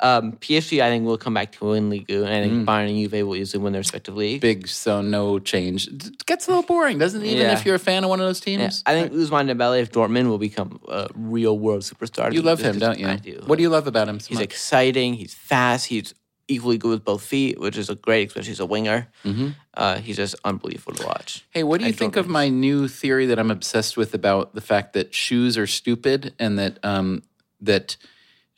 Um, PSG, I think, will come back to win League Two, and I Mm. think Bayern and Juve will usually win their respective league. big, so no change. It gets a little boring, doesn't it? Even Yeah. if you're a fan of one of those Yeah, teams, I think Usman Dembele of Dortmund will become a real world superstar. you love Just him, as don't you? I do. What do you love about him? so He's much? exciting. He's fast. He's equally good with both feet, which is a great, especially as a winger. Mm-hmm. Uh, he's just unbelievable to watch. hey, what do you think of my new theory that I'm obsessed with about the fact that shoes are stupid and that um, that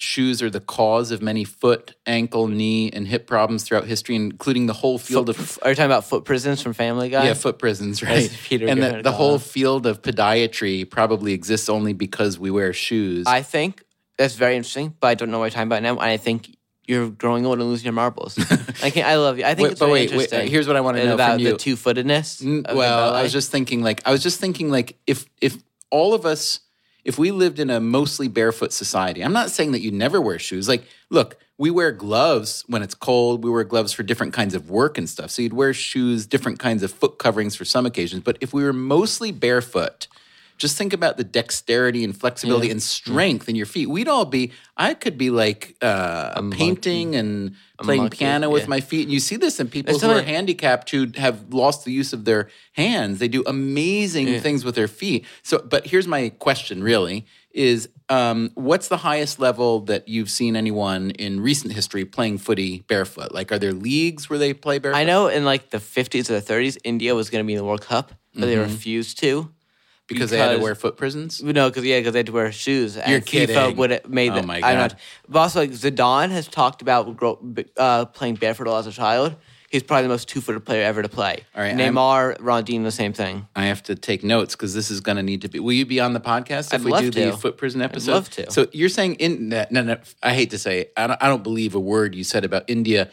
shoes are the cause of many foot, ankle, knee, and hip problems throughout history, including the whole field of Are you talking about foot prisons from Family Guy? Yeah, foot prisons, right? Peter and Garrett that the called whole it. field of podiatry probably exists only because we wear shoes. I think that's very interesting, but I don't know what you're talking about now. And I think you're growing old and losing your marbles. I can I love you. I think Wait, it's but very wait, wait, uh, interesting. here's what I wanna know about from you. the two footedness. Mm, well, I was just thinking like I was just thinking like if if all of us if we lived in a mostly barefoot society, I'm not saying that you never wear shoes. Like, look, we wear gloves when it's cold. We wear gloves for different kinds of work and stuff. So you'd wear shoes, different kinds of foot coverings for some occasions. But if we were mostly barefoot, just think about the dexterity and flexibility Mm. and strength in your feet. We'd all be, I could be like uh, painting and playing monkey, piano with yeah. my feet. And you see this in people There's who are something- handicapped who have lost the use of their hands. They do amazing things with their feet. So, but here's my question really is um, what's the highest level that you've seen anyone in recent history playing footy barefoot? Like, are there leagues where they play barefoot? I know in like the 50s or the 30s, India was going to be in the World Cup, but they Mm-hmm. refused to. because, they had to because- wear foot prisons? No, because yeah, because they had to wear shoes. And You're FIFA kidding. would have made Oh the- my I'm God. not. But also, like Zidane has talked about grow, b- uh, playing barefoot as a child. He's probably the most two-footed player ever to play. All right, I'm- Neymar, Rondine, the same thing. I have to take notes because this is going to need to be. Will you be on the podcast if I'd we love do the to. foot prison episode? love to. So you're saying in no, no, no, I hate to say it. I don't, I don't believe a word you said about India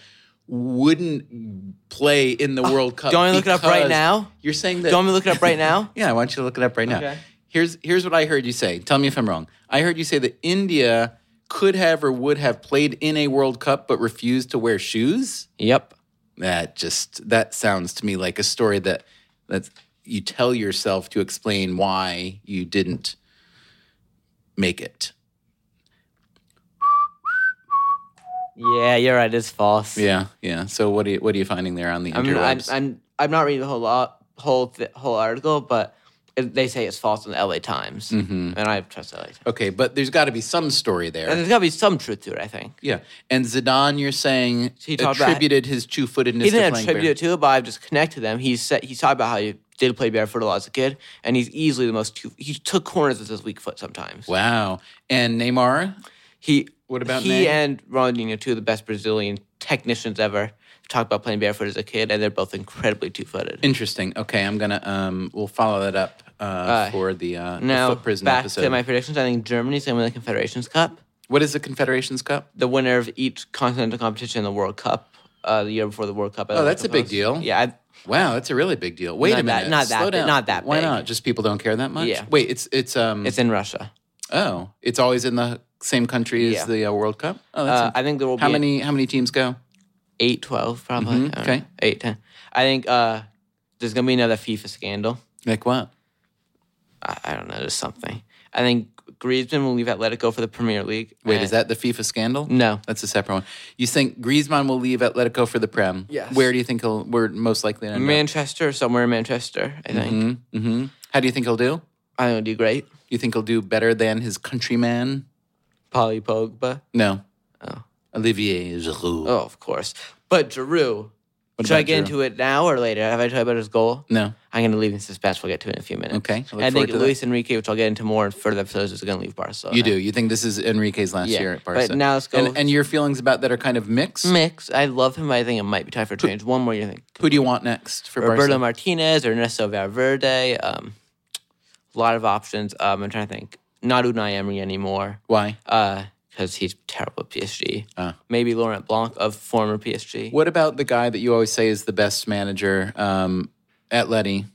wouldn't play in the World Cup. do you want me to look it up right Uh, because now? You're saying Do that. you want me to look it up right now? yeah, I want you to look it up right now. Okay. Here's here's what I heard you say. Tell me if I'm wrong. I heard you say that India could have or would have played in a World Cup but refused to wear shoes. Yep. That just that sounds to me like a story that that you tell yourself to explain why you didn't make it. Yeah, you're right. It's false. Yeah, yeah. So what are you, what are you finding there on the I'm, I'm, interwebs? I'm, I'm not reading the whole lot, whole th- whole article, but it, they say it's false in the LA Times, Mm-hmm. and I trust LA Times. okay, but there's got to be some story And there. there's got to be some truth to it, I think. Yeah, and Zidane, you're saying He talked about- attributed his two-footedness He to didn't playing. attribute it to it, but I've just connected them. He said he talked about how he did play barefoot a lot as a kid, and he's easily the most. Two, he took corners with his weak foot sometimes. bare- wow, and Neymar. He What about he Ney? and Ronaldinho, two of the best Brazilian technicians ever, talked about playing barefoot as a kid, and they're both incredibly two-footed. Interesting. Okay, I'm gonna um, we'll follow that up uh, for the, uh, the Now foot prison back episode. to my predictions. I think Germany's gonna win the Confederations Cup. what is the Confederations Cup? the winner of each continental competition in the World Cup uh, the year before the World Cup. Oh, that's a big deal. Yeah, I, Wow, that's a really big deal. Wait Not a minute, that- not that Slow big- down. not that Why big. not? Just people don't care that much. Yeah. Wait, it's it's um it's in Russia. oh, it's always in the same country as Yeah. the uh, World Cup. Oh, that's Uh, in- I think there will how be many how many teams go? eight, twelve, probably. Mhm, I don't okay. know. eight, ten. I think uh, there's gonna be another FIFA scandal. Like what? I, I don't know, just something. I think Griezmann will leave Atletico for the Premier League. Wait, and- is that the FIFA scandal? no? That's a separate one. You think Griezmann will leave Atletico for the Prem? Yes. Where do you think he'll? We're most likely to end Manchester, somewhere in Manchester. I think up? hmm How do you think he'll do? I think it'll do great. You think he'll do better than his countryman? Polly Pogba. No. Oh. Olivier Giroud. Oh, of course. But Giroud. What Should I about get Giroud? into it now or later? Have I told you about his goal? No. I'm going to leave in suspense. We'll get to it in a few minutes. Okay, I look And I forward think to that. Luis Enrique, which I'll get into more in further episodes, is going to leave Barcelona. You do. You think this is Enrique's last Yeah, year at but Barca? now let's go- And, and your feelings about that are kind of mixed. Mix. I love him. I think it might be time for a change. One more year. I think. Who do you want next for Roberto Barca? Martinez, Ernesto Valverde. Um, a lot of options. Um, I'm trying to think. Not Unai Emery anymore Why? because he's terrible at PSG. Ah. Maybe Laurent Blanc of former PSG. What about the guy that you always say is the best manager um, at Letty?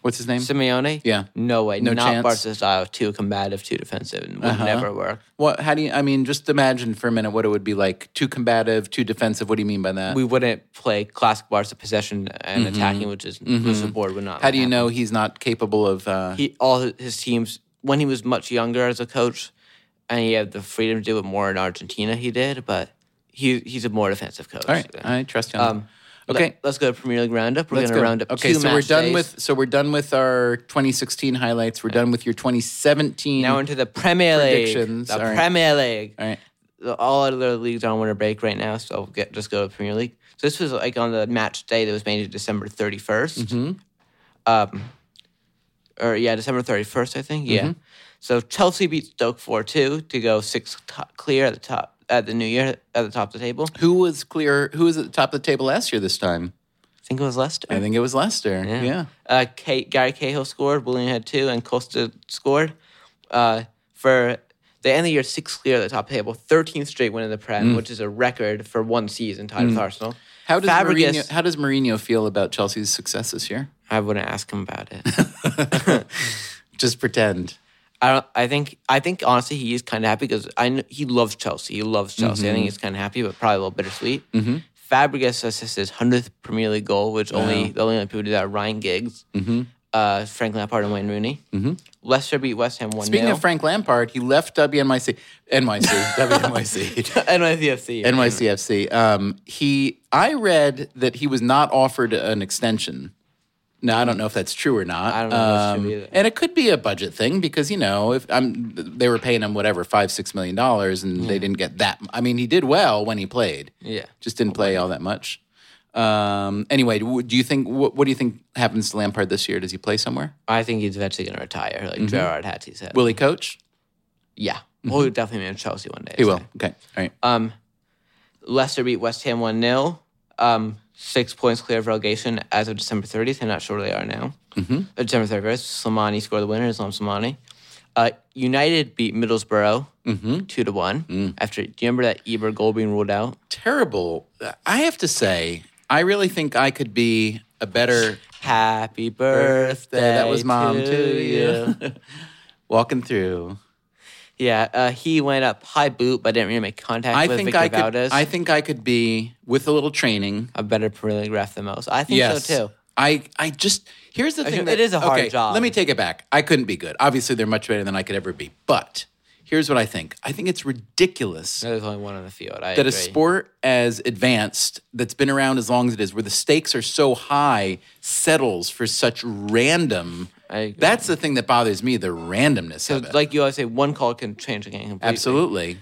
What's his name? Simeone? Yeah. No way. No not chance. Barca style. Too combative, too defensive, and would Uh-huh. never work. What? How do you? I mean, just imagine for a minute what it would be like. Too combative, too defensive. What do you mean by that? We wouldn't play classic Barca possession and attacking, which is which the board would not. Mm-hmm. how do you happen. know he's not capable of? Uh, He all his- his teams when he was much younger as a coach, and he had the freedom to do it more in Argentina. He did, but he he's a more defensive coach. all right, I trust you. On Um, that. Okay, Let, us go to Premier League roundup. We're let's going go. to round up. Okay, two so we're match done days. with. So we're done with our 2016 highlights. We're done with your 2017. now into the Premier League. Predictions, The all right. Premier League. all right. the- all other leagues are on winter break right now, so I'll get just go to Premier League. So this was like on the match day that was made December 31st Um, or yeah, December thirty first, I think. Yeah. So Chelsea beat Stoke four two to go six to- clear at the top at the New Year at the top of the table. Who was clear? Who was at the top of the table last year? This time, I think it was Leicester. I think it was Leicester. Yeah. Uh, Kate, Gary Cahill scored. William had two, and Costa scored. Uh, for they end the year six clear at the top table, 13th straight win in the Prem, which is a record for one season tied with Arsenal. How does Fabregas- Mourinho, How does Mourinho feel about Chelsea's success this year? I wouldn't ask him about it. Just pretend. I don't. I think. I think honestly, he is kind of happy because I know he loves Chelsea. He loves Chelsea. I Mm-hmm. think he's kind of happy, but probably a little bittersweet. Fabregas assists his hundredth Premier League goal, which only the only people who do that are Ryan Giggs, Mm-hmm. uh, Frank Lampard, and Wayne Rooney. Leicester beat West Ham one Speaking 0 of Frank Lampard, he left WNYC, NYC, WNYC, NYCFC. NYCFC. Um, he, I read that he was not offered an extension. Now I don't know if that's true or not. Um, I don't know if that's true either. And it could be a budget thing because you know if I'm, they were paying him whatever five six million dollars, and they didn't get that. I mean, he did well when he played. Yeah. just didn't play all that much. Um, anyway, do do you think what, what do you think happens to Lampard this year? Does he play somewhere? I think he's eventually going to retire, like Mm-hmm. Gerard Hattie said. Will he coach? yeah. Well, he'll definitely be in Chelsea one day. Mm-hmm. He so. will. Okay. All right. Uh, Um, Leicester beat West Ham 1 0. Um, six points clear of relegation as of December 30th. I'm not sure where they are now. Mm-hmm. December 31st. Slimani scored the winner, Islam Slimani. Uh, United beat Middlesbrough Mm-hmm. 2 to 1. Mm. After, do you remember that Eber goal being ruled out? Terrible. I have to say, I really think I could be a better Happy birthday. that was mom to, to you. you. Walking through. yeah, uh, he went up high boot, but didn't really make contact I with think Victor I could. Valdes. I think I could be with a little training. a better Premier League ref than most. I think Yes. so too. I, I just here's the thing. It that- is a hard okay, job. Let me take it back. I couldn't be good. Obviously, they're much better than I could ever be. But here's what I think. I think it's ridiculous There's only one on the field. I that a agree. sport as advanced that's been around as long as it is where the stakes are so high settles for such random I agree. that's the thing that bothers me the randomness of it Like you always say, one call can change a game completely. absolutely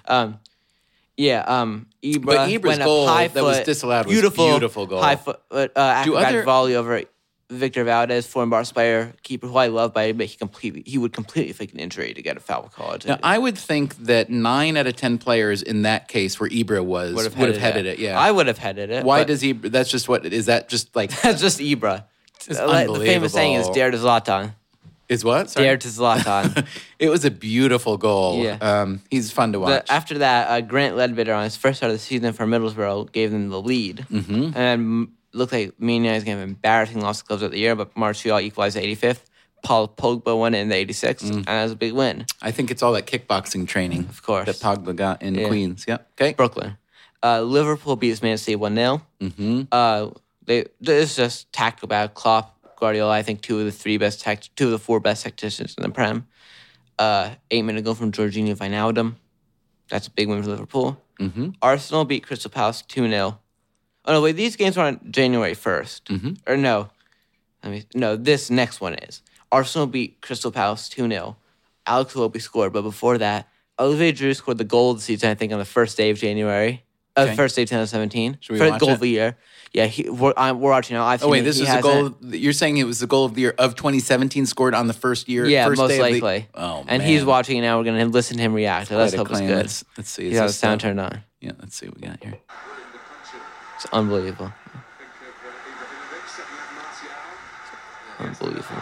Yeah. Um. Ibra But Ibra's went up goal high that was foot, disallowed was beautiful, beautiful goal. High foot, uh, acrobatic other- volley over Victor Valdez, former Barca player, keeper who I love, but he completely he would completely fake an injury to get a foul called. now, I would think that nine out of ten players in that case where Ibra was would have headed, it. Yeah. I would have headed it. Why but does Ibra? That's just what is that just like that's just Ibra? the unbelievable. famous saying is "Dare to Zlatan." is what? Sorry. Dare to Zlatan. it was a beautiful goal. Yeah. Um, he's fun to watch. But after that, uh, Grant Ledbetter on his first start of the season for Middlesbrough gave them the lead, mm-hmm. and looked like Mignon is going to have embarrassing loss to close out the year. But Martial equalized the 85th. Paul Pogba won it in the 86th, Mm. and that was a big win. I think it's all that kickboxing training, of course. that Pogba got in Queens. Yeah. Okay. Brooklyn. Uh, Liverpool beats Man City 1 0. Mm-hmm. Uh, they this is just tactical battle. Klopp, Guardiola, I think two of the three best tact, two of the four best tacticians in the Prem. Uh, eight minute goal from Jorginho Vinaldum. That's a big win for Liverpool. Mm-hmm. Arsenal beat Crystal Palace 2 0. Oh, no, wait, these games are on January 1st. Mhm. Or no. I mean, no, this next one is. Arsenal beat Crystal Palace 2 0. Alex Iwobi scored, but before that, Olivier Drew scored the goal of the season, I think, on the first day of January. Uh, Okay. First day of 2017. Should we First watch goal it? of the year. Yeah, he, we're, I'm, we're watching now. I've Oh seen wait, it. this He is the hasn't. goal. You're saying it was the goal of the year of 2017 scored on the first year. Yeah, first most day of the- likely. oh, and man. he's watching it now. We're going to listen to him react. Quite Let's a hope it's claim. good. Let's, let's see. He's Is got the this sound the- turned on. Yeah, let's see what we got here. It's unbelievable. Unbelievable.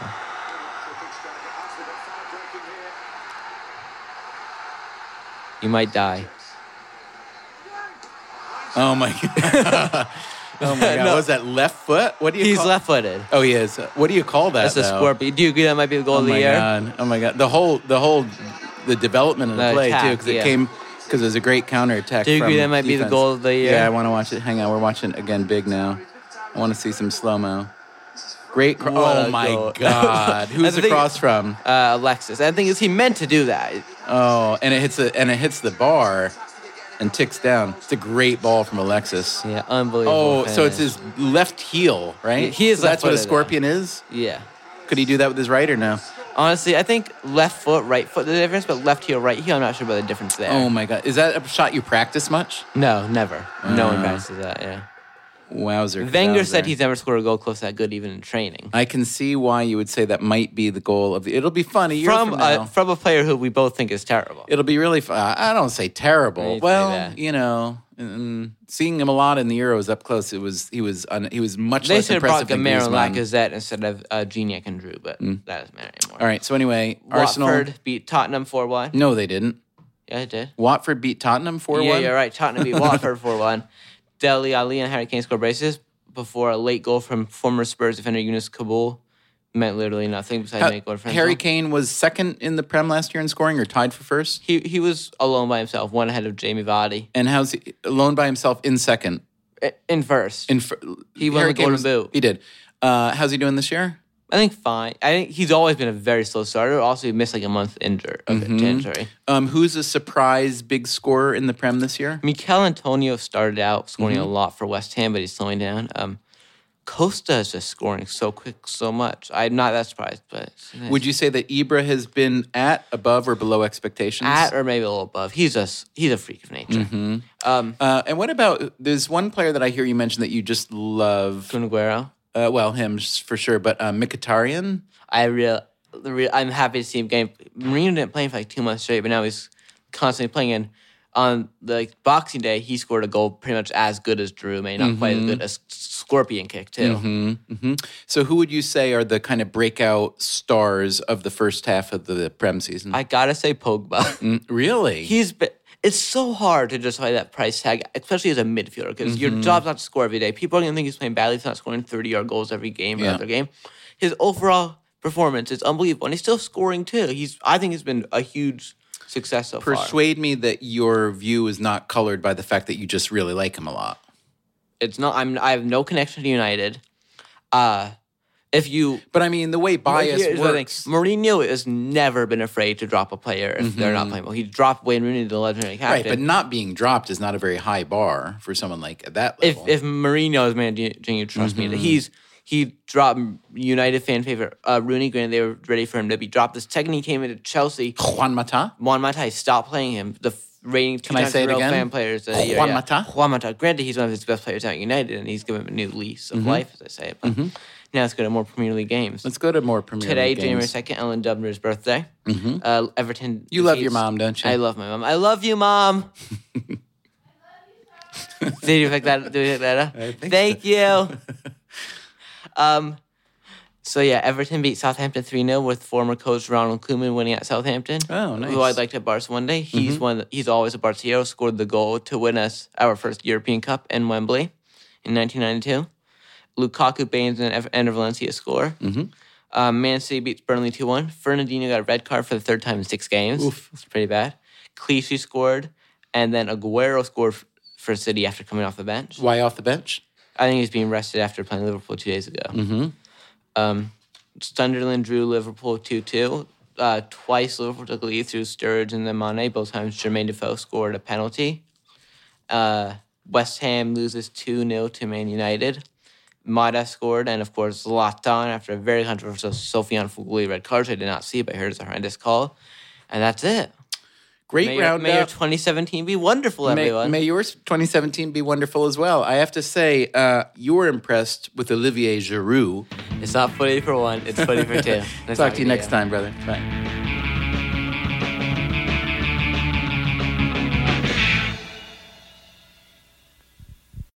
You might die. Oh my god. oh my god. No. What was that left foot? What do you? He's call- left footed. Oh, he is. What do you call that? That's a though? scorpion. Do you agree that might be the goal Oh of the my year? god. Oh my god. The whole, the whole, the development of the, The play too, attack, because it yeah. came, because it was a great counter attack. Do you agree that might be the goal of the year? Yeah, I want to watch it. Hang on, we're watching again. Big now. I want to see some slow mo. Great. Cro- What oh a my goal. god. That's Who's the the thing- cross from? Uh, Alexis. And the thing is, he meant to do that. Oh, and it hits the and it hits the bar, and ticks down. It's a great ball from Alexis. Yeah, unbelievable. Oh, so it's finish. his left heel, right? He is So that's what a left-footed, scorpion is. Yeah. Could he do that with his right or no? Honestly, I think left foot, right foot, the difference, but left heel, right heel, I'm not sure about the difference there. Oh my god, is that a shot you practice much? No, never. No one Uh. practices that, yeah. Wowzer. Wenger said wowzer. he's never scored a goal close that good, even in training. I can see why you would say that might be the goal of the. It'll be fun a year from, From now. a, from a player who we both think is terrible. it'll be really fun. I don't say You'd terrible. say Well, that. you know, mm, seeing him a lot in the Euros up close, it was he was un, he was much They less should have brought impressive than Gamero and Griezmann. Mm. Lacazette instead of uh, Gignac and Drew, but that doesn't matter anymore. All right. So anyway, Arsenal. Watford beat Tottenham 4 1. No, they didn't. Yeah, it did. Watford beat Tottenham four Yeah, one. you're right. Tottenham beat Watford 4 1. Deli Ali and Harry Kane scored braces before a late goal from former Spurs defender Yunus Kabul meant literally nothing besides make one for himself. Uh, Harry Kane was second in the Prem last year in scoring, or tied for first. He, he was alone by himself, one ahead of Jamie Vardy. And how's he alone by himself in second? I- In first. In fir- He won Harry the Kane Golden was- Boot. He did. Uh, how's he doing this year? I think fine. I think he's always been a very slow starter. Also, he missed like a month injury. of Mhm. to injury. Um, who's a surprise big scorer in the Prem this year? Mikel Antonio started out scoring a lot for West Ham, but he's slowing down. Um, Costa is just scoring so quick, so much. I'm not that surprised, but Would you say that Ibra has been at, above, or below expectations? at or maybe a little above. He's just he's a freak of nature. Um, Uh, and what about there's one player that I hear you mention that you just love? Kun Aguero, Uh, well, him s- for sure, but uh, Mkhitaryan. I real, real I'm happy to see him game. Mourinho didn't play him for like two months straight, but now he's constantly playing. And on the like, Boxing Day, he scored a goal pretty much as good as Drew, maybe not quite as good as Scorpion kick too. hmm So, who would you say are the kind of breakout stars of the first half of the Prem season? I gotta say Pogba. Mm, really? he's been it's so hard to justify that price tag, especially as a midfielder, because Mm-hmm. your job's not to score every day. People are going to think he's playing badly if he's not scoring 30 yard goals every game or Yeah. other game. His overall performance is unbelievable, and he's still scoring too. He's I think it's been a huge success so far. Persuade me that your view is not colored by the fact that you just really like him a lot. It's not I'm I have no connection to United. Uh if you But I mean, the way bias Here's the thing. works. Mourinho has never been afraid to drop a player if they're not playing well. He dropped Wayne Rooney, the legendary Mm-hmm. Right, captain. but not being dropped is not a very high bar for someone like at that if level. if Mourinho is managing you, trust me, Mm-hmm. he's he dropped United fan favorite uh, Rooney. Granted, they were ready for him to be dropped. The second he came into Chelsea, Juan Mata? Juan Mata stopped playing him. The f- reigning two Can I times say it real again? fan players of the year. Juan yeah. Mata? Juan Mata. Granted, he's one of his best players at United, and he's given him a new lease of life, as I say. But now let's go to more Premier League games. Mm-hmm. Let's go to more Premier Today, League January games. Mm-hmm. second, Ellen Dubner's birthday. Uh, Everton. You love your defeats- mom, don't you? I love my mom. I love you, mom. Did you pick that? Did you pick that up? think Thank you. um, so yeah, Everton beat Southampton three 0 with former coach Ronald Koeman winning at Southampton. Oh, nice. Mm-hmm. Who I'd like to have Barca one day. He's one. He's always a Barca hero. Scored the goal to win us our first European Cup in Wembley in 1992. Lukaku, Baines, and Ev- and Valencia score. Um, Man City beats Burnley 2 1. Fernandinho got a red card for the third time in six games. It's pretty bad. Clichy scored, and then Aguero scored f- for, for City after coming off the bench. Why off the bench? I think he's being rested after playing Liverpool two days ago. Mm-hmm. Um, Sunderland drew Liverpool 2 2. Uh, twice Liverpool took a lead through Sturridge and then Mane. Both times Jermaine Defoe scored a penalty. Uh, West Ham loses 2 0 to Man United. Mata scored, and of course, Zlatan, after a very controversial Sofian Fuguli red card, which I did not see, but here's a horrendous call. And that's it. Great May, your- roundup. may your 2017 be wonderful, May, everyone. may yours 2017 be wonderful as well. I have to say, uh, you were impressed with Olivier Giroud. It's not funny for one, it's funny for two. Nice Talk to you talking next time, brother. Bye.